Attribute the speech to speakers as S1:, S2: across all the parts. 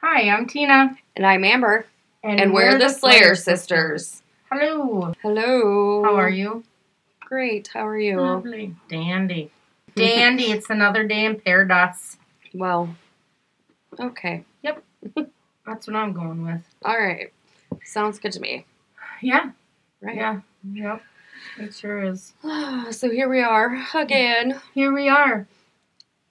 S1: Hi, I'm Tina.
S2: And I'm Amber. And we're the Slayer Sisters.
S1: Hello.
S2: Hello.
S1: How are you? Mm-hmm.
S2: Great. How are you?
S1: Lovely. Dandy. Dandy. it's another day in paradise.
S2: Well, okay.
S1: That's what I'm going with.
S2: All right. Sounds good to me.
S1: Yeah.
S2: Right.
S1: Yeah. Yep. It sure is.
S2: So here we are again
S1: Here we are.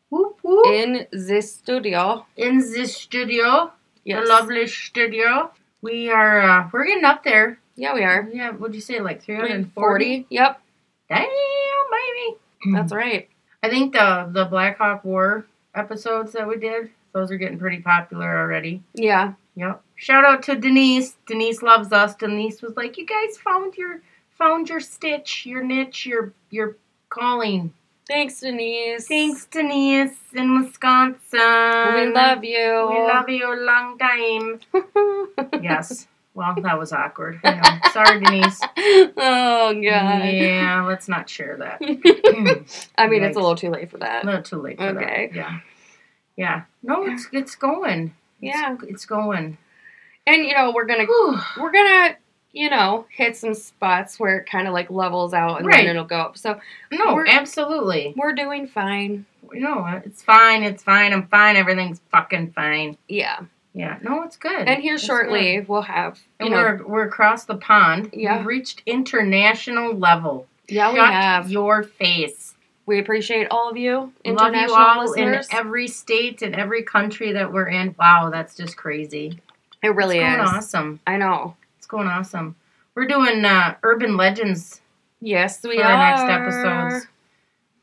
S1: Whoop whoop.
S2: in this studio.
S1: In this studio,
S2: Yes.
S1: the lovely studio, we are. Uh, we're getting up there.
S2: Yeah, we are.
S1: Yeah. What'd you say? Like 340.
S2: 140. Yep.
S1: Mm-hmm. Damn, baby.
S2: That's right.
S1: I think the the Black Hawk War episodes that we did, those are getting pretty popular already.
S2: Yeah.
S1: Yep. Shout out to Denise. Denise loves us. Denise was like, "You guys found your found your stitch, your niche, your your calling."
S2: Thanks, Denise.
S1: Thanks, Denise in Wisconsin.
S2: We love you.
S1: We love you a long time. yes. Well, that was awkward. I know. Sorry, Denise.
S2: oh, God.
S1: Yeah, let's not share that.
S2: I mean,
S1: Yikes.
S2: it's a little too late for that.
S1: A little too late for
S2: Okay.
S1: that. Yeah. Yeah. No, it's it's going.
S2: Yeah.
S1: It's, it's going.
S2: And, you know, we're going to
S1: Whew.
S2: we're gonna you know hit some spots where it kind of like levels out and
S1: Right.
S2: then it'll go up so
S1: No,
S2: We're-
S1: absolutely.
S2: we're doing fine
S1: No, it's fine. It's fine. I'm fine. Everything's fucking fine.
S2: yeah
S1: Yeah. No, it's good.
S2: and here
S1: It's
S2: shortly
S1: good.
S2: we'll have you
S1: And
S2: know
S1: we're, we're across the pond.
S2: Yeah.
S1: We've reached international level.
S2: yeah we
S1: Shut
S2: have
S1: your face.
S2: we appreciate all of you
S1: Love
S2: international
S1: you all
S2: listeners
S1: in every state and every country that we're in. Wow, that's just crazy.
S2: it really
S1: it's going
S2: is
S1: awesome.
S2: i know
S1: It's going awesome. We're doing uh, urban legends.
S2: yes we
S1: For
S2: are
S1: our next episodes.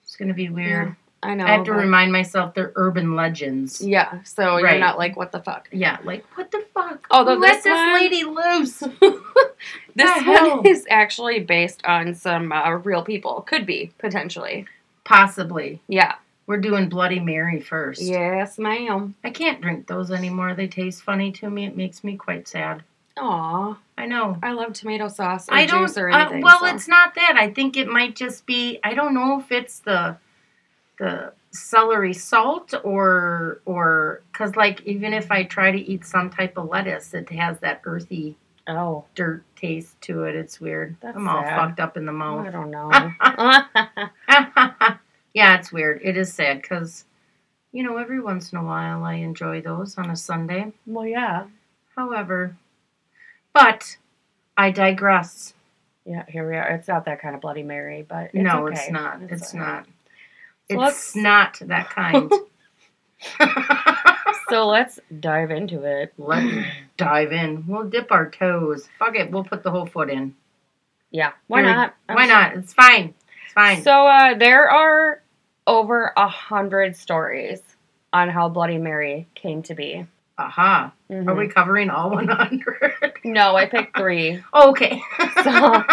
S1: It's gonna be weird.
S2: i know
S1: I have to
S2: but-
S1: remind myself they're urban legends.
S2: yeah so
S1: Right.
S2: you're not like what the fuck
S1: Yeah, like what the fuck?
S2: Although
S1: let
S2: Oh, this
S1: this
S2: one-
S1: lady loose.
S2: this
S1: hell?
S2: one is actually based on some uh, real people could be potentially
S1: Possibly.
S2: yeah
S1: We're doing Bloody Mary first.
S2: yes ma'am
S1: I can't drink those anymore. They taste funny to me. It makes me quite sad.
S2: Aw.
S1: I know.
S2: I love tomato sauce or
S1: I don't.
S2: juice or
S1: uh,
S2: anything.
S1: well,
S2: so.
S1: it's not that. I think it might just be. I don't know if it's the the celery salt or or because like even if I try to eat some type of lettuce, it has that earthy
S2: oh,
S1: dirt taste to it. It's weird.
S2: That's
S1: I'm all
S2: sad.
S1: fucked up in the mouth.
S2: I don't
S1: Ah!
S2: know.
S1: yeah, it's weird. It is sad because, you know, every once in a while I enjoy those on a Sunday.
S2: well, yeah,
S1: However, but I digress.
S2: yeah. Here we are. It's not that kind of Bloody Mary, but it's
S1: no,
S2: okay.
S1: it's not. It's,
S2: all right.
S1: not. It's
S2: Let's-
S1: not that kind.
S2: So let's dive into it.
S1: Let's dive in. We'll dip our toes. Fuck it. We'll put the whole foot in.
S2: Yeah, why
S1: Here we-
S2: not? I'm
S1: Why
S2: sure.
S1: not? It's fine. It's fine.
S2: So uh, there are over a hundred stories on how Bloody Mary came to be.
S1: Aha.
S2: Mhm.
S1: Are we covering all 100?
S2: Mm-hmm. No, I picked three.
S1: okay.
S2: So-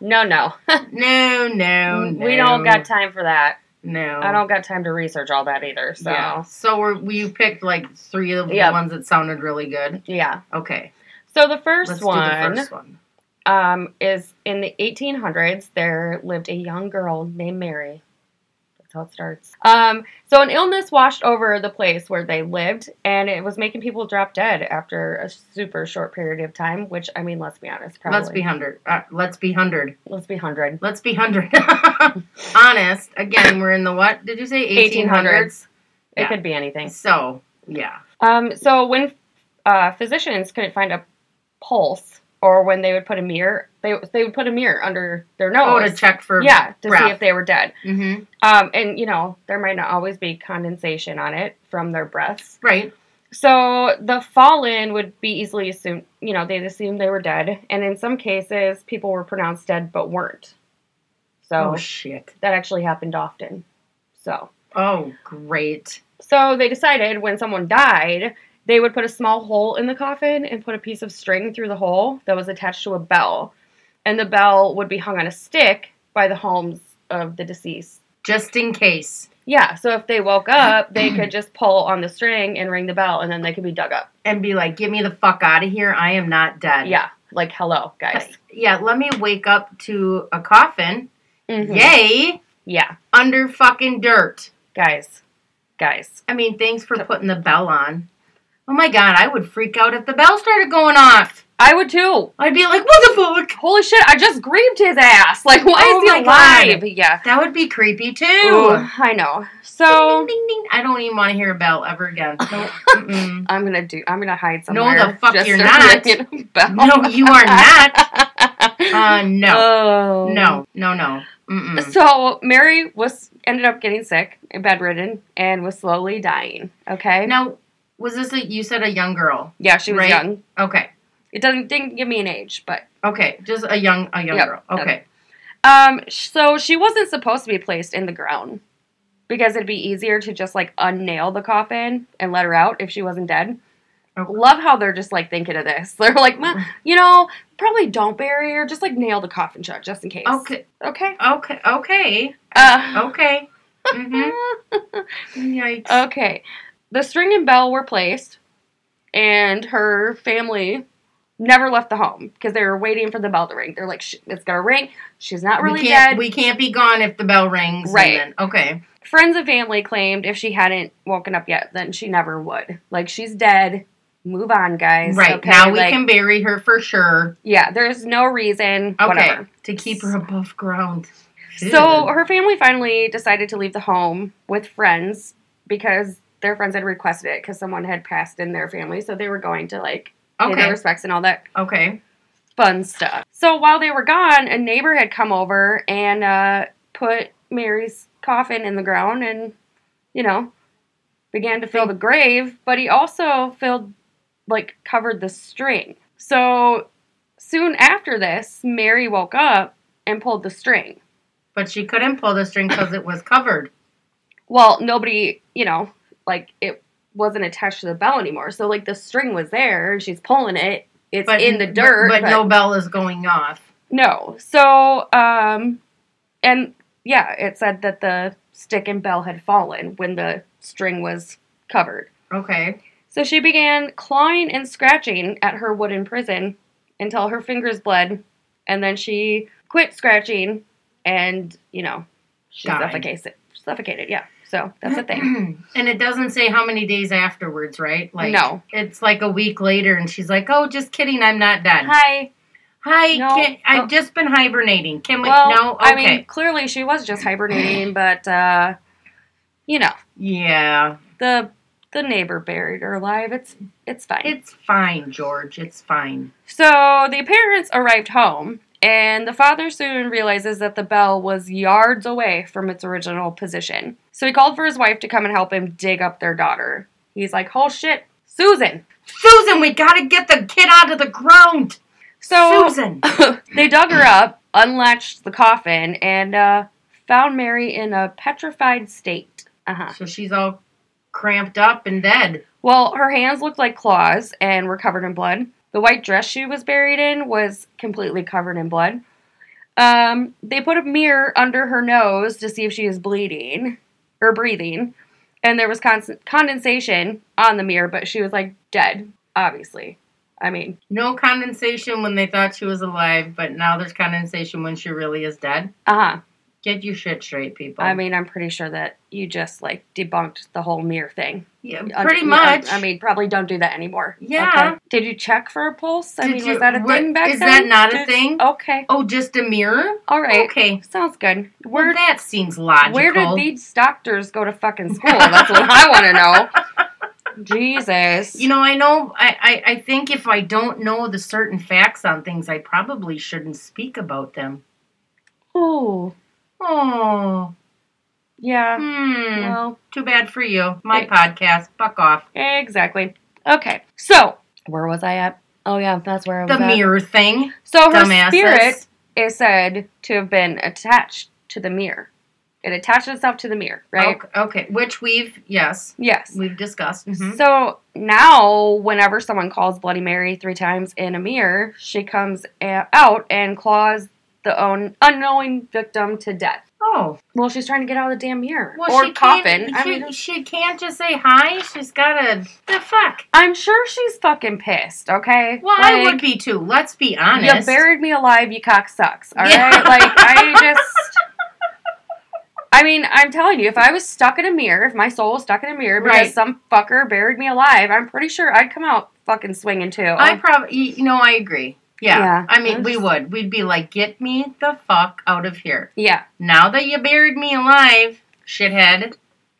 S2: No, no,
S1: no, no, no.
S2: we don't got time for that.
S1: No.
S2: I don't got time to research all that either. So
S1: Yeah. So we're, we picked like three of the
S2: Yep.
S1: ones that sounded really good.
S2: yeah.
S1: Okay.
S2: So the 1st
S1: let's do
S2: one
S1: the first one.
S2: um, is in the 1800s. There lived a young girl named Mary. That's how it starts. Um, so an illness washed over the place where they lived, and it was making people drop dead after a super short period of time. Which I mean, let's be honest, probably
S1: Let's be hundred. Uh, let's be hundred.
S2: let's be hundred.
S1: Let's be hundred. Honest. Again, we're in the what? Did you say eighteen
S2: 1800s.
S1: hundreds?
S2: It
S1: Yeah.
S2: could be anything.
S1: So yeah.
S2: Um, so when uh, physicians couldn't find a pulse, or when they would put a mirror, they they would put a mirror under their
S1: Oh, to
S2: nose.
S1: check for
S2: yeah, to see
S1: breath.
S2: if they were dead.
S1: hmm
S2: Um, and you know, there might not always be condensation on it from their breaths.
S1: Right.
S2: So the fallen would be easily assumed, you know, they'd assume they were dead. And in some cases, people were pronounced dead but weren't. So
S1: Oh shit.
S2: that actually happened often. So,
S1: Oh great.
S2: so they decided when someone died, they would put a small hole in the coffin and put a piece of string through the hole that was attached to a bell. And the bell would be hung on a stick by the homes of the deceased.
S1: Just in case.
S2: Yeah, so if they woke up, they could just pull on the string and ring the bell, and then they could be dug up.
S1: And be like, get me the fuck out of here. I am not dead.
S2: Yeah, like hello, guys.
S1: Yeah. Let me wake up to a coffin.
S2: Mhm.
S1: Yay.
S2: yeah,
S1: Under fucking dirt.
S2: guys, guys.
S1: I mean, thanks for putting the bell on. Oh my god, I would freak out if the bell started going off.
S2: I would too.
S1: I'd be like, what the fuck?
S2: Holy shit, I just grieved his ass. Like, why
S1: Oh
S2: is he
S1: my God.
S2: alive? Yeah.
S1: That would be creepy too.
S2: Ooh, I know.
S1: Ding, ding,
S2: So
S1: ding, ding. I don't even want to hear a bell ever again. No, mm-mm.
S2: I'm gonna do. I'm gonna hide somewhere.
S1: the fuck
S2: just
S1: you're
S2: to
S1: not.
S2: ring a bell.
S1: no you are not. Uh, no.
S2: Oh.
S1: no, Mm. no, no. Mm-mm.
S2: So Mary was ended up getting sick and bedridden and was slowly dying. Okay.
S1: Now, was this a, you said a young girl?
S2: yeah, she was
S1: right.
S2: young.
S1: Okay.
S2: It doesn't didn't give me an age, but
S1: Okay. Just a young, a young
S2: Yep.
S1: girl. Okay.
S2: um, so she wasn't supposed to be placed in the ground because it'd be easier to just like unnail the coffin and let her out if she wasn't dead.
S1: Okay.
S2: Love how they're just like thinking of this. They're like, "Meh, you know, probably don't bury her. Just like nail the coffin shut, just in case.
S1: Okay. oh,
S2: Okay.
S1: Okay. Okay.
S2: Uh,
S1: Okay. hmm Yikes.
S2: Okay. The string and bell were placed, and her family never left the home because they were waiting for the bell to ring. They're like, "Sh- it's gonna ring. She's not really
S1: we can't
S2: dead.
S1: we can't be gone if the bell rings. and
S2: Right.
S1: then- okay.
S2: Friends and family claimed if she hadn't woken up yet, then she never would. Like, she's dead. Move on, guys.
S1: Right.
S2: Okay?
S1: Now we
S2: Like,
S1: can bury her for sure.
S2: Yeah, there's no reason.
S1: Okay.
S2: Whatever.
S1: To keep her above ground.
S2: So
S1: Ew.
S2: her family finally decided to leave the home with friends because their friends had requested it because someone had passed in their family, so they were going to like pay their
S1: Okay.
S2: respects and all that
S1: Okay.
S2: fun stuff. So while they were gone, a neighbor had come over and uh, put Mary's coffin in the ground and, you know, began to fill the grave, but he also filled, like, covered the string. So soon after this, Mary woke up and pulled the string.
S1: But she couldn't pull the string because it was covered.
S2: Well, nobody, you know, like, it wasn't attached to the bell anymore. So, like, the string was there and she's pulling it. It's
S1: But
S2: in the dirt.
S1: But, no bell is going off.
S2: No. So, um, and yeah, it said that the stick and bell had fallen when the string was covered.
S1: Okay.
S2: So she began clawing and scratching at her wooden prison until her fingers bled, and then she quit scratching and, you know, she
S1: Died.
S2: suffocated. Suffocated, yeah. So that's a thing.
S1: and it doesn't say how many days afterwards, right? Like
S2: no.
S1: it's like a week later and she's like, "Oh, just kidding, I'm not dead."
S2: Hi.
S1: Hi,
S2: No.
S1: can,
S2: Oh.
S1: I've just been hibernating. Can we
S2: well,
S1: No, okay.
S2: I mean, clearly she was just hibernating, but, uh, you know,
S1: yeah.
S2: the the neighbor buried her alive. It's it's fine.
S1: It's fine, George. It's fine.
S2: so the parents arrived home, and the father soon realizes that the bell was yards away from its original position. So he called for his wife to come and help him dig up their daughter. He's like, "Oh shit, Susan!"
S1: Susan, we got to get the kid out of the ground.
S2: So
S1: Susan.
S2: they dug her up, unlatched the coffin, and uh, found Mary in a petrified state. Uh huh.
S1: So she's all cramped up and dead.
S2: Well, her hands looked like claws and were covered in blood. The white dress she was buried in was completely covered in blood. Um, they put a mirror under her nose to see if she is bleeding or breathing, and there was con- condensation on the mirror, but she was like dead, obviously. I mean,
S1: No condensation when they thought she was alive, but now there's condensation when she really is dead.
S2: uh huh.
S1: Get your shit straight, people.
S2: I mean, I'm pretty sure that you just like debunked the whole mirror thing.
S1: yeah,
S2: Un-
S1: pretty
S2: un-
S1: much.
S2: I, mean, probably don't do that anymore.
S1: Yeah.
S2: Did you check for a pulse? I
S1: Did
S2: mean,
S1: you-
S2: was that a
S1: what-
S2: thing back
S1: is that
S2: then?
S1: not a
S2: Did-
S1: thing?
S2: Okay.
S1: oh, just a mirror?
S2: All right.
S1: Okay.
S2: Sounds good.
S1: Well,
S2: Where
S1: that seems logical.
S2: where did these doctors go to fucking school? That's what I want to know. Jesus.
S1: You know, I know. I, I I think if I don't know the certain facts on things, I probably shouldn't speak about them.
S2: Oh.
S1: Oh,
S2: Yeah.
S1: hmm.
S2: Well,
S1: Too bad for you. My
S2: Hey.
S1: podcast. Fuck off.
S2: exactly. Okay. So, where was I at? Oh yeah, that's where I was
S1: The
S2: at.
S1: mirror thing.
S2: So her
S1: Dumbasses.
S2: spirit is said to have been attached to the mirror. It attached itself to the mirror, right?
S1: Okay, okay. Which we've yes
S2: Yes.
S1: we've discussed. Mhm.
S2: So now, whenever someone calls Bloody Mary three times in a mirror, she comes a- out and claws the own unknowing victim to death.
S1: Oh,
S2: Well, she's trying to get out of the damn mirror
S1: well,
S2: or
S1: she
S2: coffin.
S1: Can't,
S2: I
S1: she,
S2: mean,
S1: she can't just say hi. She's gotta the fuck.
S2: I'm sure she's fucking pissed. Okay.
S1: Well, I
S2: Like,
S1: would be too. Let's be
S2: You
S1: honest.
S2: buried me alive, you cocksucks. All right.
S1: Yeah.
S2: Like I just. I mean, I'm telling you, if I was stuck in a mirror, if my soul was stuck in a mirror because
S1: Right.
S2: some fucker buried me alive, I'm pretty sure I'd come out fucking swinging too.
S1: I probably, you know, I agree. Yeah.
S2: Yeah.
S1: I mean, we
S2: That's-
S1: would. We'd be like, get me the fuck out of here.
S2: yeah.
S1: Now that you buried me alive, shithead,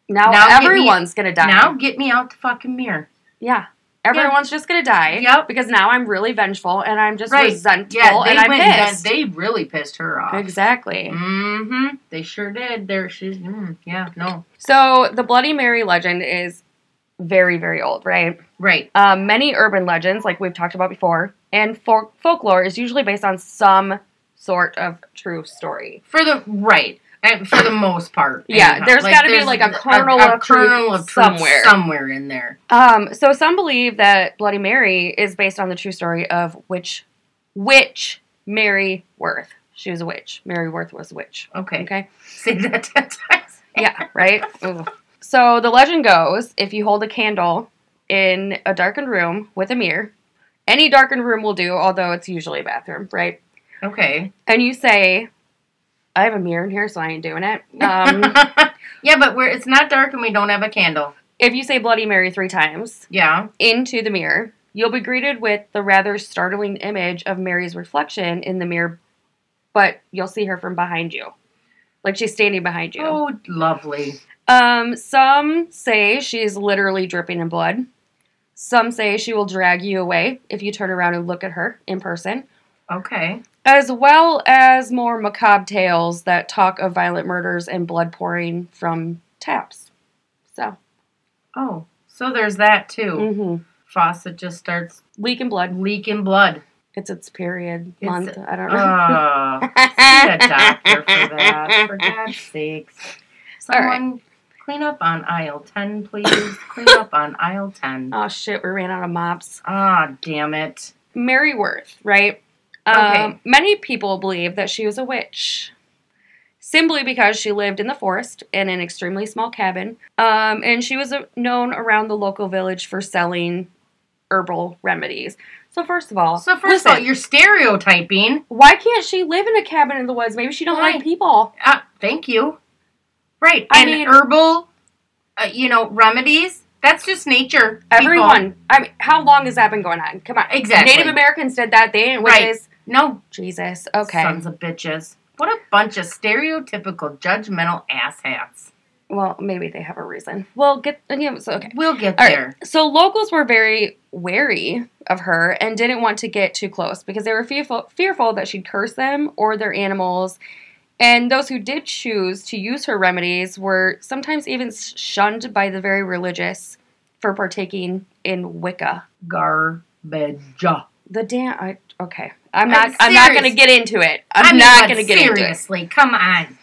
S2: Now,
S1: Now get me-
S2: everyone's gonna die.
S1: now get me out the fucking mirror.
S2: Yeah. Everyone's just gonna die.
S1: Yep.
S2: Because now I'm really vengeful and I'm just
S1: Right.
S2: resentful
S1: Yeah, they
S2: and I'm
S1: went. and
S2: pissed.
S1: They really pissed her off.
S2: exactly.
S1: Mm-hmm. They sure did. There, she's. Mm, yeah. No.
S2: So the Bloody Mary legend is very, very old, right?
S1: Right.
S2: Um, many urban legends, like we've talked about before, and folk folklore is usually based on some sort of true story.
S1: For the right. And for the most part.
S2: Yeah,
S1: anyhow.
S2: there's gotta be,
S1: there's
S2: like, a kernel of truth somewhere.
S1: somewhere in there.
S2: Um, so some believe that Bloody Mary is based on the true story of witch, witch Mary Worth. She was a witch. Mary Worth was a witch.
S1: Okay.
S2: Okay.
S1: Say that ten times.
S2: Yeah. Right. Ooh. So the legend goes: if you hold a candle in a darkened room with a mirror, any darkened room will do, although it's usually a bathroom, right?
S1: Okay.
S2: And you say, "I have a mirror in here, so I ain't doing it." Um,
S1: yeah, but we're it's not dark and we don't have a candle.
S2: if you say Bloody Mary three times,
S1: Yeah.
S2: into the mirror, you'll be greeted with the rather startling image of Mary's reflection in the mirror, but you'll see her from behind you. Like she's standing behind you.
S1: Oh, lovely.
S2: Um, some say she's literally dripping in blood. Some say she will drag you away if you turn around and look at her in person,
S1: Okay.
S2: as well as more macabre tales that talk of violent murders and blood pouring from taps. So,
S1: Oh, so there's that too.
S2: mm-hmm.
S1: Faucet just starts
S2: leaking blood.
S1: leaking blood.
S2: It's its period
S1: It's-
S2: month. I don't
S1: Uh,
S2: know.
S1: see a doctor for that. For God's sakes.
S2: All right.
S1: Someone clean up on aisle 10, please. clean up on aisle 10.
S2: Oh shit, we ran out of mops.
S1: Ah, damn it.
S2: Mary Worth, right?
S1: Okay.
S2: Um, many people believe that she was a witch simply because she lived in the forest in an extremely small cabin. Um, and she was uh, known around the local village for selling herbal remedies. So, first of all,
S1: So, first of all,
S2: listen,
S1: you're stereotyping.
S2: why can't she live in a cabin in the woods? Maybe she don't
S1: Why?
S2: like people.
S1: Uh, thank you. Right.
S2: I
S1: and
S2: mean-
S1: herbal, uh, you know, remedies. That's just nature. people.
S2: Everyone, I mean, how long has that been going on? Come on,
S1: Exactly.
S2: Native Americans did that. They ain't
S1: Right.
S2: witches.
S1: No.
S2: Jesus. Okay.
S1: Sons of bitches. What a bunch of stereotypical, judgmental asshats.
S2: Well, maybe they have a reason. Well, get yeah, so okay.
S1: We'll get
S2: All right.
S1: there.
S2: So locals were very wary of her and didn't want to get too close because they were fearful fearful that she'd curse them or their animals. And those who did choose to use her remedies were sometimes even shunned by the very religious for partaking in Wicca.
S1: Garbage.
S2: The damn. I, okay,
S1: I'm
S2: I'm not. I'm, not
S1: serious.
S2: going to get into it.
S1: I
S2: I'm
S1: mean,
S2: not
S1: but
S2: going to get into it.
S1: Seriously, come on.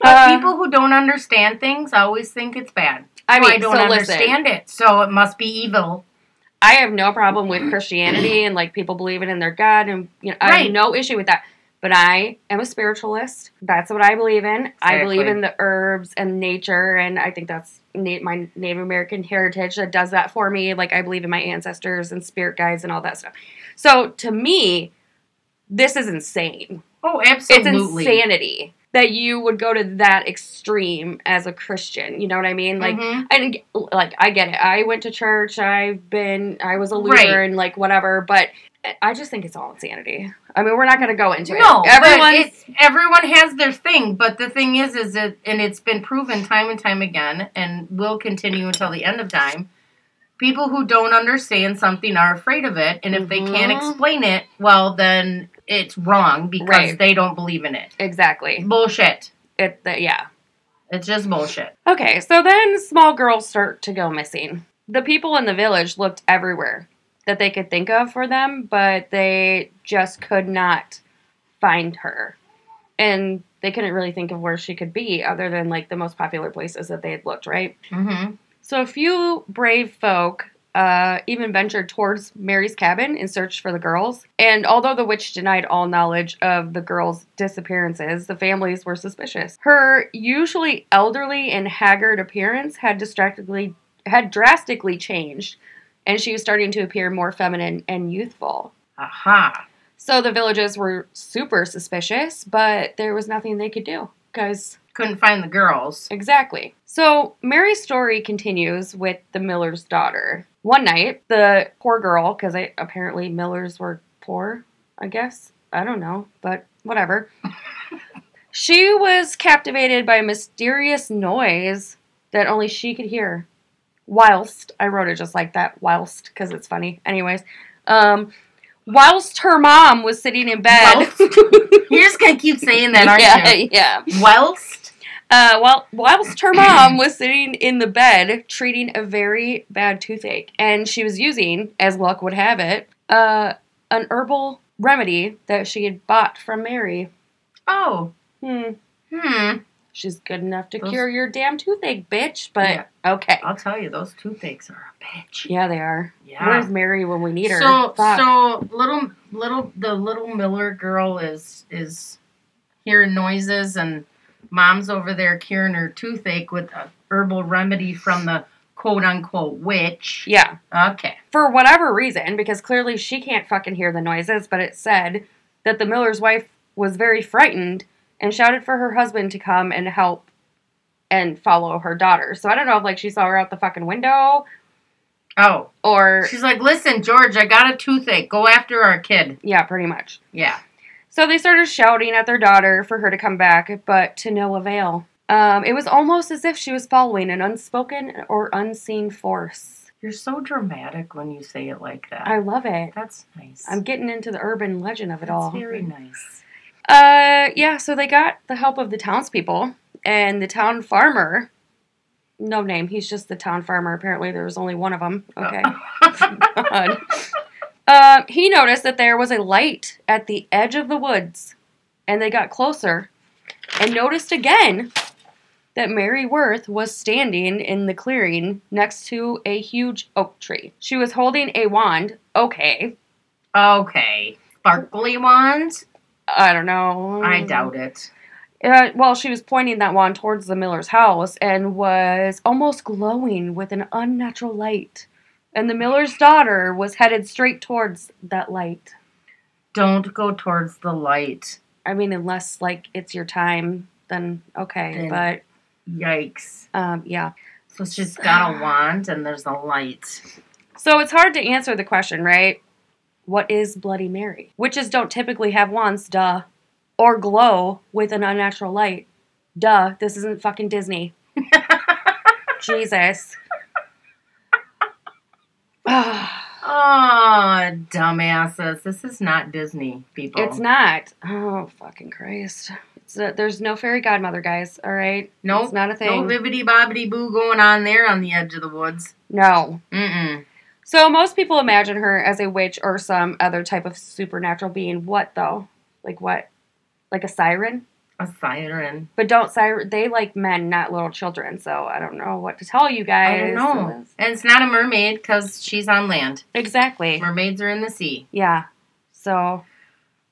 S1: But
S2: Uh,
S1: people who don't understand things always think it's bad.
S2: I mean,
S1: I don't
S2: so listen.
S1: understand it, so it must be evil.
S2: I have no problem with Christianity and like people believing in their God and you know I
S1: Right.
S2: have no issue with that. But I am a spiritualist. That's what I believe in. I believe
S1: Exactly.
S2: in the herbs and nature, and I think that's na- my Native American heritage that does that for me. Like I believe in my ancestors and spirit guides and all that stuff. So to me, this is insane.
S1: Oh, absolutely.
S2: It's insanity that you would go to that extreme as a Christian. You know what I mean? Like
S1: Mhm.
S2: and like I get it. I went to church. I've been. I was a
S1: Right.
S2: Lutheran, like whatever. But I just think it's all insanity. I mean, we're not going to go into
S1: no,
S2: it.
S1: everyone,
S2: Everyone.
S1: everyone has their thing, but the thing is, is it, and it's been proven time and time again, and will continue until the end of time. People who don't understand something are afraid of it, and if they can't
S2: Mhm.
S1: explain it, well, then it's wrong because
S2: Right.
S1: they don't believe in it.
S2: exactly.
S1: Bullshit.
S2: It. The, yeah.
S1: It's just bullshit.
S2: Okay. So then, small girls start to go missing. The people in the village looked everywhere that they could think of for them, but they just could not find her, and they couldn't really think of where she could be other than like the most popular places that they had looked. Right. Mm-hmm.
S1: hmm
S2: So a few brave folk uh, even ventured towards Mary's cabin in search for the girls. And although the witch denied all knowledge of the girls' disappearances, the families were suspicious. Her usually elderly and haggard appearance had distractedly had drastically changed, and she was starting to appear more feminine and youthful.
S1: Aha.
S2: So the villagers were super suspicious, but there was nothing they could do because
S1: couldn't find the girls.
S2: Exactly. So Mary's story continues with the Miller's daughter. One night, the poor girl, because apparently Millers were poor, I guess. I don't know, but whatever. she was captivated by a mysterious noise that only she could hear. Whilst, I wrote it just like that, whilst, because it's funny. Anyways, um, whilst her mom was sitting in bed.
S1: Whilst? You're just gonna keep saying that, aren't
S2: yeah,
S1: you?
S2: yeah.
S1: Whilst
S2: Uh, while whilst her mom was sitting in the bed treating a very bad toothache, and she was using, as luck would have it, uh, an herbal remedy that she had bought from Mary.
S1: oh
S2: Hmm.
S1: hmm.
S2: She's good enough to
S1: Those-
S2: cure your damn toothache, bitch. But okay,
S1: I'll tell you, those toothaches are a bitch.
S2: yeah, they are.
S1: Yeah.
S2: Where's Mary when we need her?
S1: So
S2: Fuck.
S1: so little little the little Miller girl is is hearing noises and mom's over there curing her toothache with a herbal remedy from the quote unquote witch.
S2: yeah.
S1: Okay.
S2: for whatever reason, because clearly she can't fucking hear the noises, but it said that the miller's wife was very frightened and shouted for her husband to come and help and follow her daughter. So I don't know if like she saw her out the fucking window
S1: Oh.
S2: or
S1: She's like, listen, George, I got a toothache. Go after our kid.
S2: yeah, pretty much.
S1: Yeah.
S2: So they started shouting at their daughter for her to come back, but to no avail. Um, it was almost as if she was following an unspoken or unseen force.
S1: You're so dramatic when you say it like that.
S2: I love it.
S1: That's nice.
S2: I'm getting into the urban legend of it
S1: That's
S2: all.
S1: very nice.
S2: Uh, yeah, so they got the help of the townspeople and the town farmer. No name, he's just the town farmer. Apparently, there was only one of them.
S1: Oh.
S2: Okay. God. Uh, he noticed that there was a light at the edge of the woods, and they got closer and noticed again that Mary Worth was standing in the clearing next to a huge oak tree. She was holding a wand. Okay.
S1: okay. Sparkly ones?
S2: I don't know.
S1: I doubt it.
S2: Uh, well, she was pointing that wand towards the miller's house and was almost glowing with an unnatural light. And the miller's daughter was headed straight towards that light.
S1: Don't go towards the light.
S2: I mean, unless like it's your time, then
S1: Then-
S2: okay. But
S1: Yikes.
S2: um, yeah.
S1: So she's got a wand and there's a light.
S2: So it's hard to answer the question, right? What is Bloody Mary? Witches don't typically have wands, duh, or glow with an unnatural light, duh. This isn't fucking Disney. Jesus. it's
S1: Oh, dumbasses. This is not Disney, people.
S2: not. Oh, fucking Christ. It's a, there's no fairy godmother, guys, all right?
S1: Nope.
S2: It's not a
S1: No
S2: thing.
S1: bibbity bobbity boo going on there on the edge of the woods.
S2: no.
S1: Mm-mm.
S2: So most people imagine her as a witch or some other type of supernatural being. What, though? Like what? Like a siren?
S1: A siren.
S2: But don't siren. They like men, not little children. So I don't know what to tell you guys.
S1: I don't know. And it's not a mermaid because she's on land.
S2: Exactly.
S1: Mermaids are in the sea.
S2: Yeah. So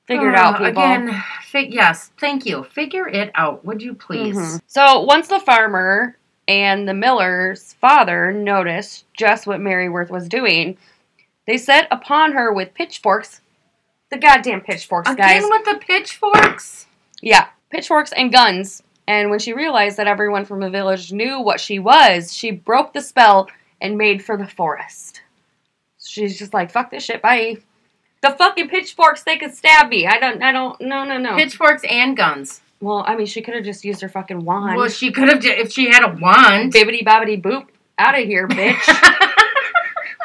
S2: figure it
S1: Uh,
S2: out, people.
S1: Again, fig- yes, thank you. Figure it out, would you please?
S2: Mhm. So once the farmer and the miller's father noticed just what Mary Worth was doing, they set upon her with pitchforks. The goddamn pitchforks,
S1: Again
S2: guys.
S1: with the pitchforks?
S2: Yeah, pitchforks and guns. And when she realized that everyone from the village knew what she was, she broke the spell and made for the forest. She's just like, fuck this shit, bye. The fucking pitchforks, they could stab me. I don't, I don't, no, no, no.
S1: Pitchforks and guns.
S2: well, I mean, she could have just used her fucking wand.
S1: Well, she could have, ju- if she had a wand.
S2: Bibbity bobbity boop. Out of here, bitch.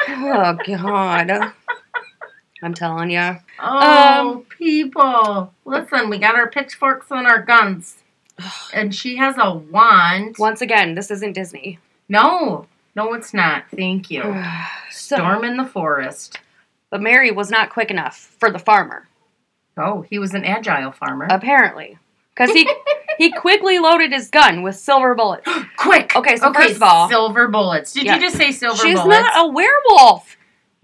S2: oh, God. I'm telling you.
S1: oh, people. Listen, we got our pitchforks and our guns. And she has a wand.
S2: Once again, this isn't Disney.
S1: No, no, it's not. Thank you.
S2: so,
S1: Storm in the forest.
S2: But Mary was not quick enough for the farmer.
S1: Oh, he was an agile farmer.
S2: Apparently, because Uh, he he quickly loaded his gun with silver bullets.
S1: Quick.
S2: Okay, so first of all-
S1: silver bullets. Did
S2: Yeah.
S1: you just say silver
S2: She's
S1: bullets?
S2: not a werewolf.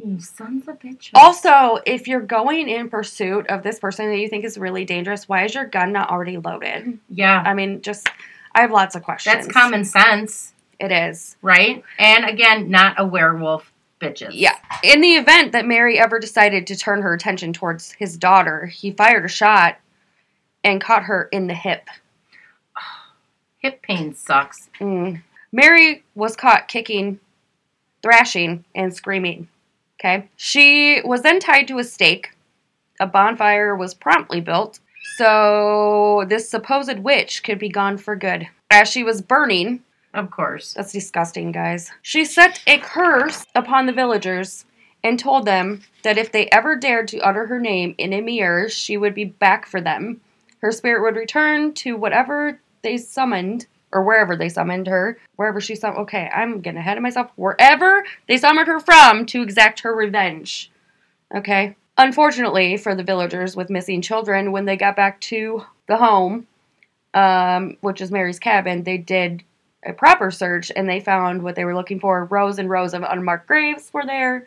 S1: You sons of bitches.
S2: Also, if you're going in pursuit of this person that you think is really dangerous, why is your gun not already loaded?
S1: yeah,
S2: I mean, just I have lots of questions.
S1: that's common sense,
S2: It is.
S1: right? And again, not a werewolf bitches.
S2: Yeah. In the event that Mary ever decided to turn her attention towards his daughter, he fired a shot and caught her in the hip.
S1: Hip pain sucks.
S2: Mm. Mary was caught kicking, thrashing, and screaming. Okay. She was then tied to a stake. A bonfire was promptly built so this supposed witch could be gone for good. As she was burning,
S1: Of course.
S2: that's disgusting, guys. She set a curse upon the villagers and told them that if they ever dared to utter her name in a mirror, she would be back for them. Her spirit would return to whatever they summoned, or wherever they summoned her, wherever she summoned. Okay, I'm getting ahead of myself. Wherever they summoned her from to exact her revenge. Okay. Unfortunately for the villagers with missing children, when they got back to the home, um, which is Mary's cabin, they did a proper search and they found what they were looking for. Rows and rows of unmarked graves were there.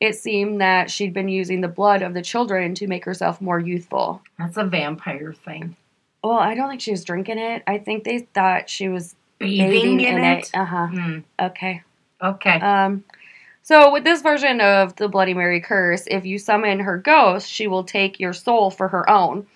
S2: It seemed that she'd been using the blood of the children to make herself more youthful.
S1: That's a vampire thing.
S2: Well, I don't think she was drinking it. I think they thought she was
S1: Bathing,
S2: bathing
S1: in, it?
S2: Uh huh.
S1: Hmm.
S2: Okay.
S1: Okay.
S2: Um, so with this version of the Bloody Mary curse, if you summon her ghost, she will take your soul for her own,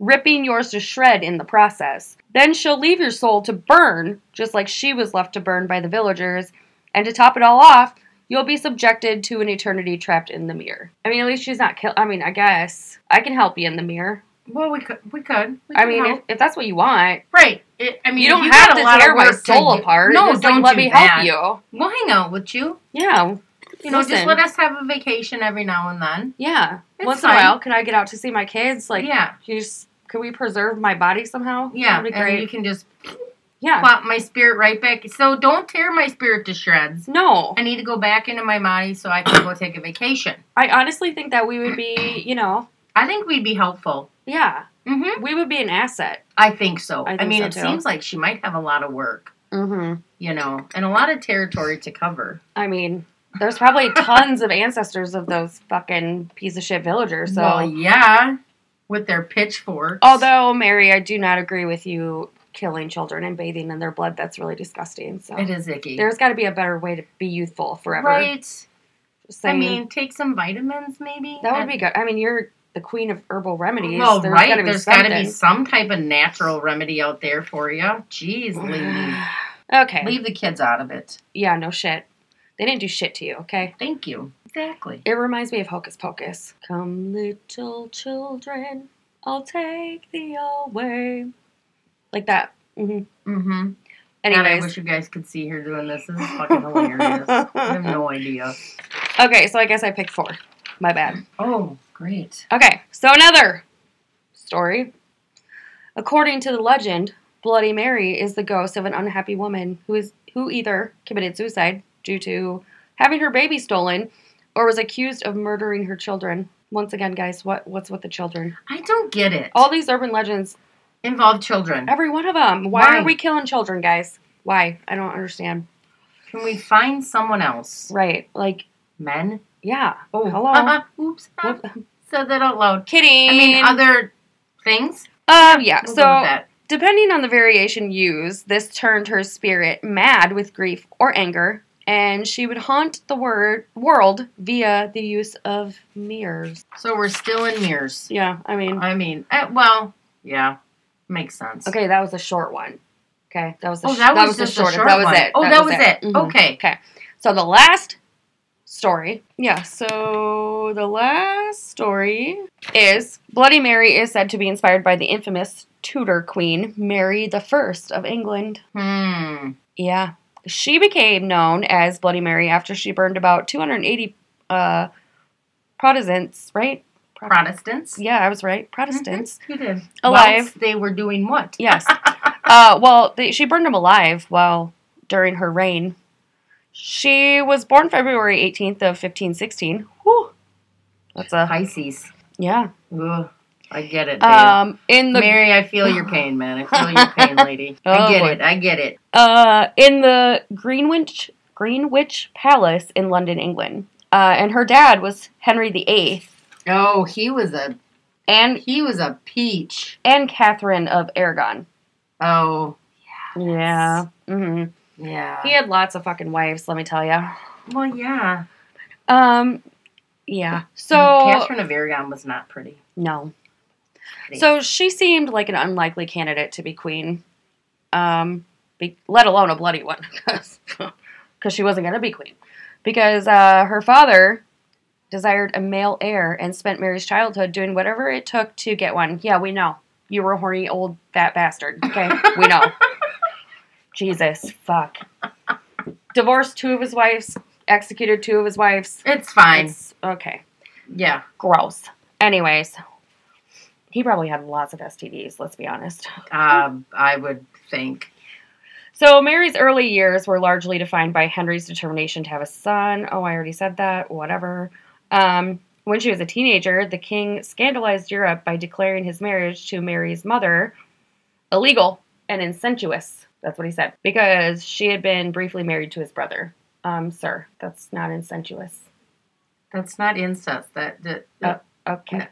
S2: ripping yours to shred in the process. Then she'll leave your soul to burn, just like she was left to burn by the villagers. And to top it all off, you'll be subjected to an eternity trapped in the mirror. I mean, at least she's not killed. I mean, I guess I can help you in the mirror.
S1: well, we could. We could. We
S2: I
S1: could
S2: mean,
S1: help.
S2: if, if that's what you want,
S1: right. It, I mean,
S2: you
S1: if
S2: don't
S1: got
S2: have
S1: a
S2: to
S1: lot of
S2: tear my
S1: work to
S2: soul
S1: do-
S2: apart.
S1: No,
S2: just, like,
S1: don't
S2: let
S1: do
S2: me
S1: that.
S2: help
S1: We'll hang out with you.
S2: you. Yeah.
S1: You know, just
S2: Listen.
S1: let us have a vacation every now and then.
S2: Yeah.
S1: It's
S2: Once in
S1: fine.
S2: a while, could I get out to see my kids? Like,
S1: yeah,
S2: you just, could we preserve my body somehow?
S1: yeah,
S2: That'd be
S1: and
S2: great.
S1: you can just
S2: yeah.
S1: plop my spirit right back. So don't tear my spirit to shreds.
S2: no,
S1: I need to go back into my body so I can go take a vacation.
S2: I honestly think that we would be, you know,
S1: I think we'd be helpful.
S2: yeah,
S1: hmm
S2: we would be an asset.
S1: I think so.
S2: Mm-hmm. I
S1: I,
S2: think
S1: mean,
S2: so,
S1: it
S2: too.
S1: seems like she might have a lot of work,
S2: Mm-hmm.
S1: you know, and a lot of territory to cover.
S2: I mean, there's probably tons of ancestors of those fucking piece of shit villagers. So,
S1: well, yeah, with their pitchforks.
S2: although Mary, I do not agree with you killing children and bathing in their blood. That's really disgusting. So,
S1: it is icky,
S2: there's got to be a better way to be youthful forever.
S1: right?
S2: Just
S1: I
S2: saying.
S1: mean, take some vitamins, maybe.
S2: that would be good. I mean, you're the queen of herbal remedies.
S1: Well,
S2: There's
S1: right.
S2: gotta be
S1: There's got to be
S2: something.
S1: some type of natural remedy out there for you. Jeez, Lee.
S2: okay.
S1: Leave the kids out of it.
S2: Yeah, no shit. They didn't do shit to you, okay?
S1: Thank you. Exactly.
S2: It reminds me of Hocus Pocus. Come, little children, I'll take thee away. Like that. Mm-hmm.
S1: Mm-hmm. And I wish
S2: Anyways.
S1: you guys could see her doing this. This is fucking hilarious. I have no idea.
S2: Okay, so I guess I picked four. My bad.
S1: Oh, great.
S2: Okay, so another story. According to the legend, Bloody Mary is the ghost of an unhappy woman who is who either committed suicide due to having her baby stolen or was accused of murdering her children. Once again, guys, what what's with the children?
S1: I don't get it.
S2: All these urban legends,
S1: Involve children.
S2: every one of them. Why,
S1: Why?
S2: are we killing children, guys? Why? I don't understand.
S1: Can we find someone else?
S2: Right. Like,
S1: Men?
S2: yeah.
S1: Oh,
S2: Hello.
S1: Oops. Said that out loud.
S2: Kidding.
S1: I mean, other things.
S2: um, yeah.
S1: We'll go with
S2: so
S1: that.
S2: Depending on the variation used, this turned her spirit mad with grief or anger, and she would haunt the word world via the use of mirrors.
S1: so we're still in mirrors.
S2: Yeah, I mean,
S1: I mean, eh, well, yeah, makes sense.
S2: okay, that was a short one. Okay, that was the
S1: Oh,
S2: sh-
S1: that, was, just a
S2: shortest.
S1: short
S2: that was
S1: one.
S2: it.
S1: Oh, that, was it.
S2: Mhm.
S1: Okay.
S2: So the last story. Yeah, so the last story is Bloody Mary is said to be inspired by the infamous Tudor queen Mary the First of England.
S1: Hmm.
S2: Yeah. She became known as Bloody Mary after she burned about 280 uh, Protestants, right? Pro-
S1: Protestants.
S2: Yeah, I was right. Protestants.
S1: You did.
S2: Alive.
S1: Whilst they were doing what?
S2: Yes. uh, well, they, she burned them alive while during her reign. She was born February 18th of 1516. Whew. That's a
S1: Pisces.
S2: yeah.
S1: Ugh, I get it. babe.
S2: Um, in the
S1: Mary, I feel your pain, man. I feel your pain, lady. I
S2: Oh,
S1: get
S2: boy.
S1: it. I get it.
S2: Uh, in the Greenwich Greenwich Palace in London, England. Uh, and her dad was Henry VIII
S1: Oh, he was a
S2: and
S1: he was a peach.
S2: and Catherine of Aragon.
S1: Oh,
S2: Yeah. hmm
S1: yeah.
S2: He had lots of fucking wives, let me tell you.
S1: Well, yeah. Mm,
S2: Um, yeah. So
S1: Catherine of Aragon was not pretty.
S2: no. So she seemed like an unlikely candidate to be queen. um, be, let alone a bloody one, because she wasn't going to be queen. Because uh, her father desired a male heir and spent Mary's childhood doing whatever it took to get one. Yeah, we know. You were a horny old fat bastard. Okay, we know. Jesus, fuck. Divorced two of his wives, executed two of his wives.
S1: It's fine.
S2: It's- okay,
S1: yeah.
S2: gross. Anyways, he probably had lots of STDs, let's be honest. Uh,
S1: Um, I would think.
S2: So Mary's early years were largely defined by Henry's determination to have a son. Oh, I already said that. Whatever. Um, when she was a teenager, the king scandalized Europe by declaring his marriage to Mary's mother illegal and incestuous. That's what he said because she had been briefly married to his brother. Um, sir, that's not incestuous.
S1: That's not incest. That, that,
S2: Okay.
S1: No.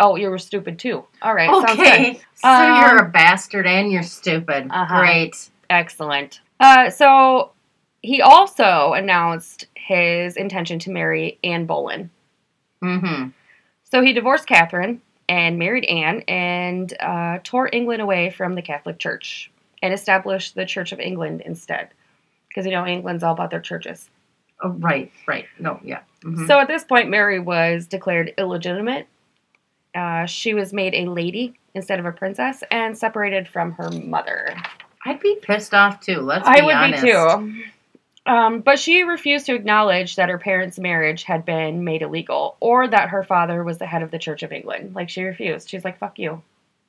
S2: Oh, you were stupid too. All right. Sounds good.
S1: okay. So
S2: Oh, Um,
S1: you're a bastard and you're stupid.
S2: Uh-huh.
S1: Great.
S2: Excellent. Uh, so he also announced his intention to marry Anne Boleyn.
S1: Mm-hmm.
S2: So he divorced Catherine and married Anne and uh, tore England away from the Catholic Church and established the Church of England instead. Because you know, England's all about their churches.
S1: Oh, right. Right. No. Yeah. Mhm.
S2: So at this point, Mary was declared illegitimate. Uh, she was made a lady instead of a princess and separated from her mother.
S1: I'd be pissed off too. Let's. Be
S2: I would
S1: honest.
S2: be too. Um, but she refused to acknowledge that her parents' marriage had been made illegal or that her father was the head of the Church of England. Like, she refused. She's like, fuck you.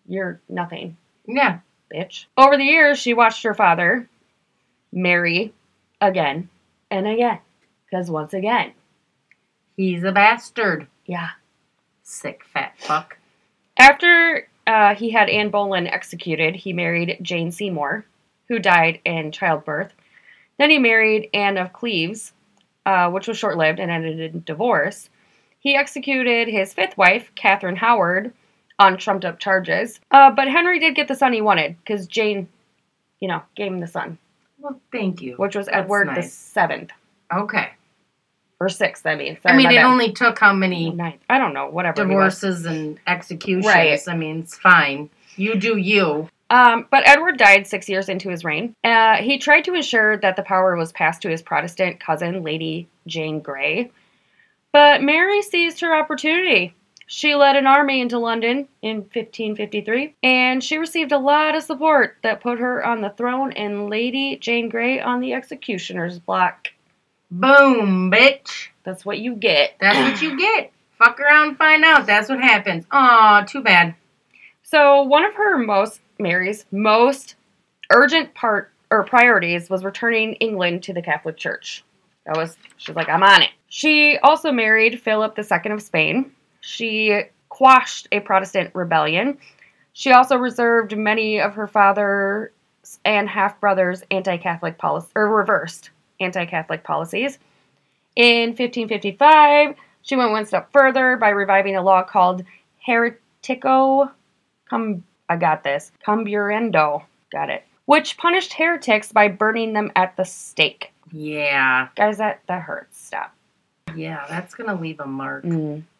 S2: You're nothing,
S1: Yeah.
S2: bitch. Over the years, she watched her father marry again and again. Because once again,
S1: He's a bastard.
S2: yeah.
S1: Sick fat fuck.
S2: After uh, he had Anne Boleyn executed, he married Jane Seymour, who died in childbirth. Then he married Anne of Cleves, uh, which was short lived and ended in divorce. He executed his fifth wife, Catherine Howard, on trumped up charges. Uh, but Henry did get the son he wanted because Jane, you know, gave him the son,
S1: Well, thank you.
S2: which was
S1: That's
S2: Edward the
S1: nice.
S2: seventh
S1: Okay.
S2: or sixth. I mean,
S1: I
S2: Sorry,
S1: mean,
S2: my
S1: it
S2: bad.
S1: only took how many
S2: ninth. I don't know. Whatever. he was.
S1: divorces and executions.
S2: Right.
S1: I mean, it's fine. You do you.
S2: Um, but Edward died six years into his reign. Uh, he tried to ensure that the power was passed to his Protestant cousin, Lady Jane Grey. But Mary seized her opportunity. She led an army into London in 1553, and she received a lot of support that put her on the throne and Lady Jane Grey on the executioner's block.
S1: Boom, bitch.
S2: That's what you get.
S1: That's what you get. Fuck around, and find out. That's what happens. Aw, too bad.
S2: So one of her most Mary's most urgent part or priorities was returning England to the Catholic Church. That was she's like, I'm on it. She also married Philip II of Spain. She quashed a Protestant rebellion. She also reserved many of her father's and half brother's anti-Catholic policies or reversed anti-Catholic policies. In 1555, she went one step further by reviving a law called Heretico Cum, I got this. Comburendo. Got it. Which punished heretics by burning them at the stake.
S1: Yeah,
S2: Guys, that, that hurts. Stop.
S1: yeah, that's gonna leave a mark.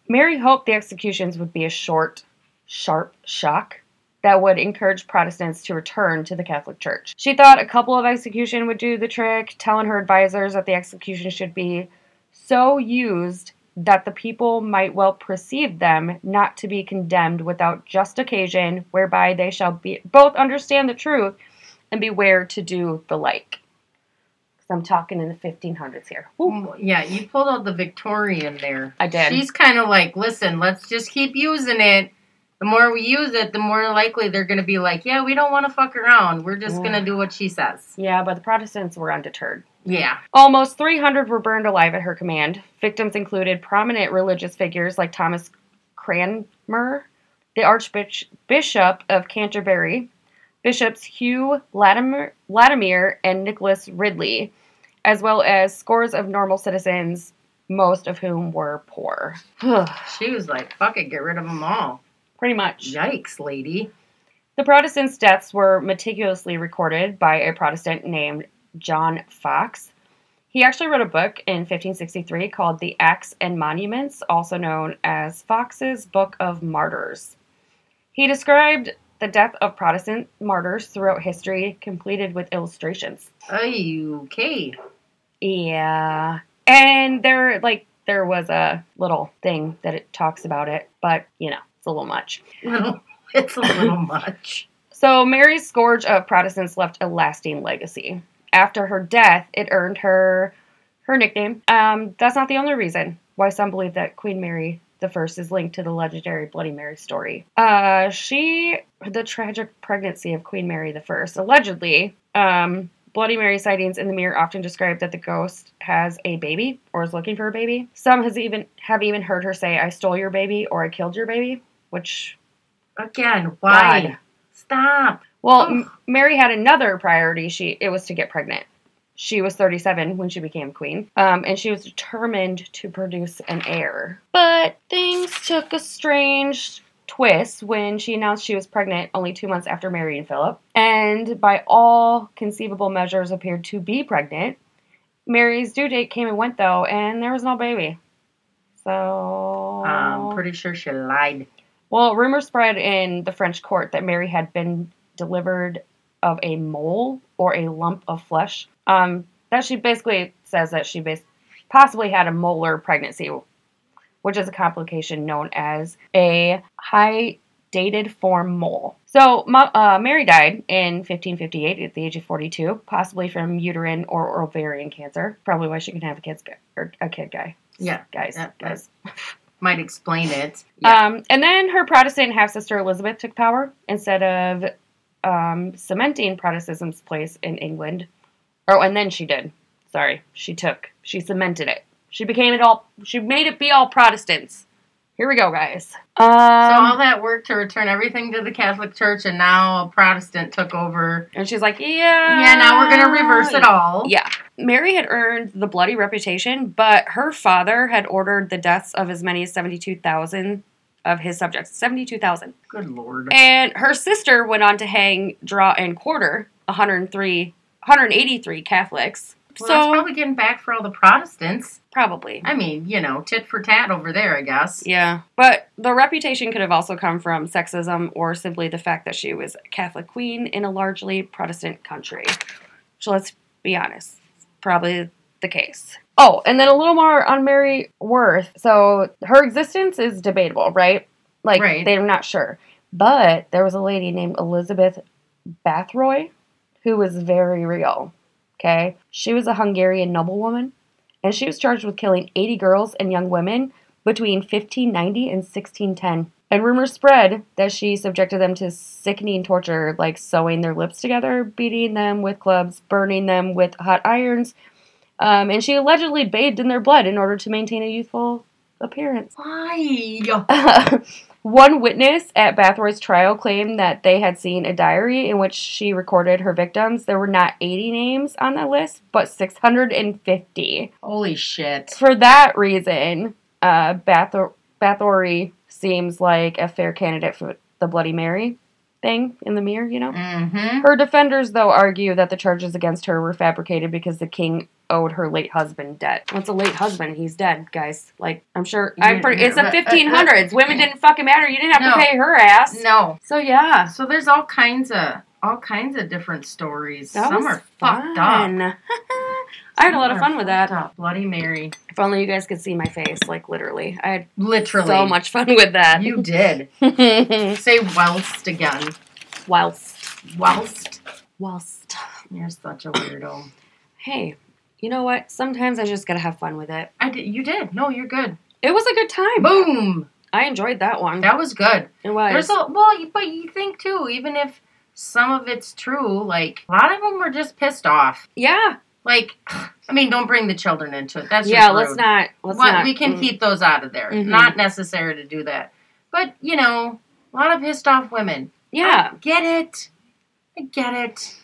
S2: Mary hoped the executions would be a short, sharp shock that would encourage Protestants to return to the Catholic Church. She thought a couple of execution would do the trick, telling her advisors that the execution should be so used that the people might well perceive them not to be condemned without just occasion, whereby they shall be both understand the truth and beware to do the like. Because I'm talking in the 1500s here. Woo.
S1: Mm, Yeah, you pulled out the Victorian there.
S2: I did.
S1: She's kind of like, listen, let's just keep using it. The more we use it, the more likely they're gonna be like, yeah, we don't want to fuck around. We're just gonna do what she says.
S2: Yeah, but the Protestants were undeterred.
S1: Yeah,
S2: Almost 300 were burned alive at her command. Victims included prominent religious figures like Thomas Cranmer, the Archbishop of Canterbury, Bishops Hugh Latimer, Latimer and Nicholas Ridley, as well as scores of normal citizens, most of whom were poor.
S1: she was like, fuck it, get rid of them all.
S2: Pretty much.
S1: Yikes, lady.
S2: The Protestants' deaths were meticulously recorded by a Protestant named John Fox. He actually wrote a book in 1563 called The Acts and Monuments, also known as Fox's Book of Martyrs. He described the death of Protestant martyrs throughout history, completed with illustrations.
S1: Okay.
S2: Yeah. And there, like, there was a little thing that it talks about it, but you know, it's a little much.
S1: Little, it's a little much.
S2: So Mary's scourge of Protestants left a lasting legacy. After her death, it earned her her nickname. Um, that's not the only reason why some believe that Queen Mary the First is linked to the legendary Bloody Mary story. Uh, she, the tragic pregnancy of Queen Mary the First, allegedly. Um, Bloody Mary sightings in the mirror often describe that the ghost has a baby or is looking for a baby. Some has even have even heard her say, "I stole your baby" or "I killed your baby," which
S1: Again, why?
S2: God.
S1: Stop.
S2: Well,
S1: Ugh.
S2: M- Mary had another priority. She it was to get pregnant. She was 37 when she became queen, um, and she was determined to produce an heir. But things took a strange twist when she announced she was pregnant only two months after marrying Philip, and by all conceivable measures appeared to be pregnant. Mary's due date came and went though, and there was no baby. So
S1: I'm Um, pretty sure she lied.
S2: well, rumor spread in the French court that Mary had been delivered of a mole or a lump of flesh. Um, that she basically says that she bas- possibly had a molar pregnancy, which is a complication known as a high dated form mole. So Ma- uh, Mary died in 1558 at the age of 42, possibly from uterine or ovarian cancer. Probably why she can have a kid's gu- or a kid guy.
S1: Yeah,
S2: guys,
S1: yeah,
S2: guys.
S1: Might explain it. Yeah.
S2: Um, and then her Protestant half sister Elizabeth took power instead of um, cementing Protestantism's place in England. Oh, and then she did. Sorry, she took. She cemented it. She became it all. She made it be all Protestants. Here we go, guys. Um,
S1: so all that work to return everything to the Catholic Church, and now a Protestant took over.
S2: and she's like, yeah,
S1: yeah, now we're gonna reverse it all.
S2: Yeah. Mary had earned the bloody reputation, but her father had ordered the deaths of as many as seventy-two thousand of his subjects. Seventy-two thousand.
S1: Good lord.
S2: And her sister went on to hang, draw, and quarter 103, 183 Catholics.
S1: Well,
S2: so
S1: that's probably getting back for all the Protestants.
S2: probably.
S1: I mean, you know, tit for tat over there, I guess.
S2: Yeah. But the reputation could have also come from sexism or simply the fact that she was a Catholic queen in a largely Protestant country. So let's be honest, it's probably the case. Oh, and then a little more on Mary Worth. So her existence is debatable, right? Like,
S1: Right.
S2: they're not sure. But there was a lady named Elizabeth Bathroy who was very real. Okay? She was a Hungarian noblewoman, and she was charged with killing 80 girls and young women between 1590 and 1610. And rumors spread that she subjected them to sickening torture, like sewing their lips together, beating them with clubs, burning them with hot irons, um, and she allegedly bathed in their blood in order to maintain a youthful appearance.
S1: Why?
S2: One witness at Bathroy's trial claimed that they had seen a diary in which she recorded her victims. There were not 80 names on the list, but 650.
S1: Holy shit.
S2: For that reason, uh, Bathor- Bathory seems like a fair candidate for the Bloody Mary thing in the mirror, you know?
S1: Mm-hmm.
S2: Her defenders, though, argue that the charges against her were fabricated because the king owed her late husband debt. What's a late husband? He's dead, guys. Like, I'm sure. I'm pretty, it's the 1500s. Women didn't fucking matter. You didn't have
S1: Mm-hmm. No.
S2: to pay her ass.
S1: No.
S2: So, yeah.
S1: So there's all kinds of all kinds of different stories.
S2: That
S1: Some
S2: was
S1: are fucked up.
S2: fun. I had a lot of
S1: Some are
S2: fun with that.
S1: fucked up. Bloody Mary.
S2: If only you guys could see my face, like literally. I had
S1: Literally.
S2: so much fun with that.
S1: You did. Say whilst again.
S2: whilst,
S1: Whilst.
S2: whilst.
S1: You're such a weirdo.
S2: Hey, you know what? Sometimes I just gotta have fun with it.
S1: I did. You did. No, you're good.
S2: It was a good time.
S1: Boom.
S2: I enjoyed that one.
S1: That was good.
S2: it was.
S1: There's a well, you- but you think too. Even if some of it's true, like a lot of them were just pissed off.
S2: Yeah,
S1: Like, I mean, don't bring the children into it. That's just
S2: yeah. Let's
S1: rude.
S2: not. Let's
S1: Well,
S2: not.
S1: we can
S2: mm.
S1: keep those out of there.
S2: Mhm.
S1: Not necessary to do that. But you know, a lot of pissed off women.
S2: Yeah.
S1: I get it. I get it.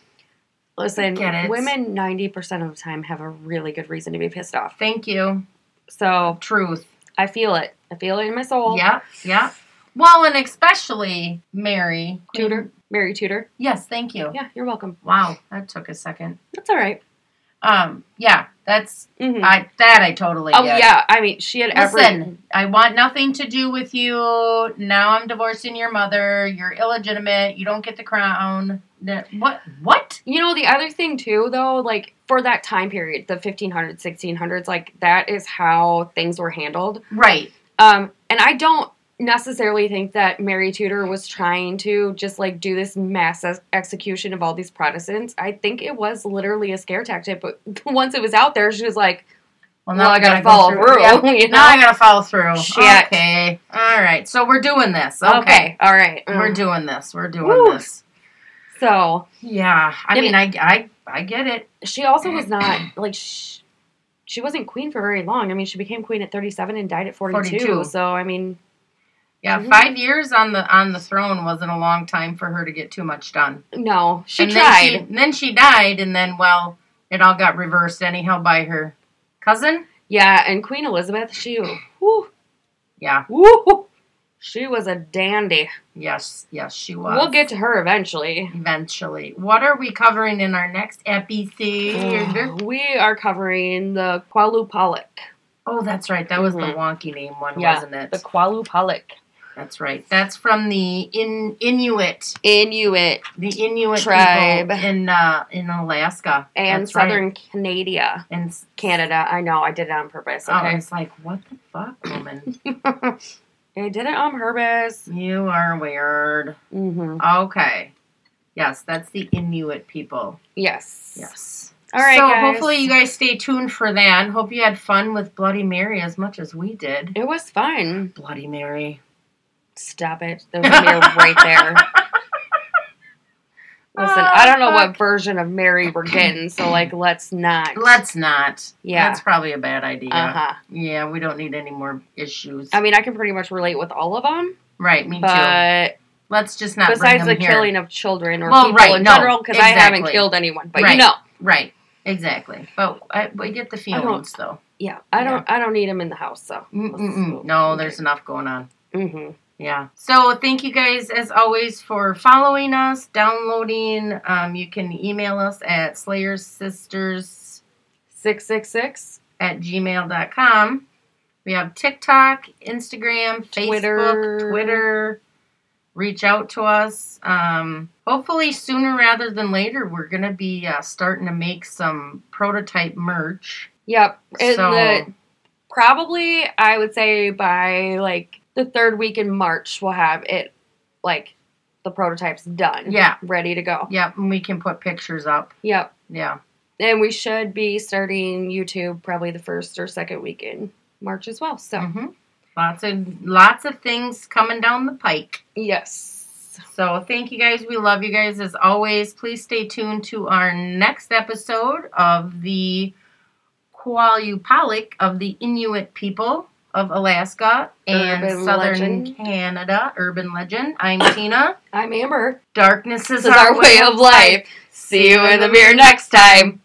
S2: Listen,
S1: get it.
S2: women ninety percent of the time have a really good reason to be pissed off.
S1: Thank you.
S2: So
S1: Truth.
S2: I feel it. I feel it in my soul.
S1: Yeah. Yeah. Well, and especially Mary
S2: Tutor, Mary Tutor.
S1: Yes, thank you.
S2: Yeah, you're welcome.
S1: Wow, that took a second.
S2: That's all right.
S1: Um, yeah, That's
S2: Mhm.
S1: I that I totally
S2: oh
S1: get.
S2: yeah, I mean she had every.
S1: Listen, I want nothing to do with you. Now I'm divorcing your mother. You're illegitimate. You don't get the crown. The- What? What?
S2: You know the other thing too, though, like for that time period, the 1500s, 1600s, like that is how things were handled.
S1: Right.
S2: Um, and I don't necessarily think that Mary Tudor was trying to just like do this mass ex- execution of all these Protestants. I think it was literally a scare tactic. But once it was out there, she was like, "Well, now I gotta,
S1: go
S2: follow through."
S1: Yeah.
S2: you know?
S1: Now I gotta follow through.
S2: Shit.
S1: Okay. All right. So we're doing this.
S2: okay.
S1: Okay.
S2: all right. Mm.
S1: We're doing this. We're doing
S2: Woo.
S1: this.
S2: so
S1: Yeah. I
S2: Yeah,
S1: mean, I, I I get it.
S2: she also was not like she, she wasn't queen for very long. I mean, she became queen at 37 and died at 42.
S1: 42.
S2: So I mean,
S1: Yeah.
S2: Mhm.
S1: Five years on the on the throne wasn't a long time for her to get too much done.
S2: no, she
S1: and
S2: tried.
S1: Then she, then she died, and then well, it all got reversed anyhow by her cousin.
S2: yeah, and Queen Elizabeth, she whew,
S1: Yeah.
S2: whew, she was a dandy.
S1: Yes. Yes, she was.
S2: We'll get to her eventually.
S1: eventually. What are we covering in our next episode?
S2: we are covering the Kualupalik.
S1: oh, that's right. That was the
S2: Mhm.
S1: wonky name one,
S2: Yeah,
S1: wasn't it?
S2: The Kualupalik.
S1: That's right. That's from the in Inuit,
S2: Inuit
S1: the Inuit
S2: Tribe.
S1: people in uh, in Alaska
S2: and
S1: That's right.
S2: Southern Canada.
S1: and s-
S2: Canada. I know, I did it on purpose.
S1: Oh, I
S2: Okay.
S1: was like, what the fuck, woman?
S2: I did it on purpose.
S1: you are weird.
S2: Mm-hmm.
S1: Okay. Yes, that's the Inuit people.
S2: Yes.
S1: Yes.
S2: All right.
S1: So
S2: guys.
S1: hopefully you guys stay tuned for that. Hope you had fun with Bloody Mary as much as we did.
S2: It was fun.
S1: Bloody Mary.
S2: Stop it. There was a mirror right there. Listen, I don't know what version of Mary we're getting, so like, let's not.
S1: Let's not.
S2: Yeah.
S1: That's probably a bad idea.
S2: Uh huh.
S1: Yeah, we don't need any more issues.
S2: I mean, I can pretty much relate with all of them,
S1: right, me too.
S2: Um, but
S1: Let's just not bring
S2: besides the
S1: them here.
S2: killing of children or
S1: Well,
S2: people
S1: right,
S2: in
S1: no,
S2: general, because I haven't
S1: exactly.
S2: killed anyone, but you
S1: Right.
S2: know,
S1: Right. Exactly. But I, we get the feelings though.
S2: yeah, I don't, I don't need them in the house, so.
S1: Mm-mm-mm. No, there's enough going on.
S2: hmm
S1: Yeah. So thank you guys as always for following us, downloading. Um, you can email us at slayerssisters
S2: Six six six.
S1: at gmail.com. We have TikTok, Instagram, Facebook,
S2: Twitter.
S1: Twitter. Reach out to us. Um, hopefully, sooner rather than later, we're going to be uh, starting to make some prototype merch.
S2: Yep. And
S1: So-
S2: the, probably, I would say by like the third week in March, we'll have it like the prototypes done.
S1: Yeah.
S2: Ready to go.
S1: Yep. And we can put pictures up.
S2: Yep.
S1: Yeah.
S2: And we should be starting YouTube probably the first or second week in March as well. So,
S1: hmm Lots of lots of things coming down the pike.
S2: yes.
S1: So thank you guys. We love you guys as always. Please stay tuned to our next episode of the Kualupalik of the Inuit people of Alaska and
S2: Urban
S1: Southern
S2: legend.
S1: Canada. Urban legend. I'm Tina.
S2: I'm Amber.
S1: Darkness is,
S2: This is our way of life. See you in the mirror next time.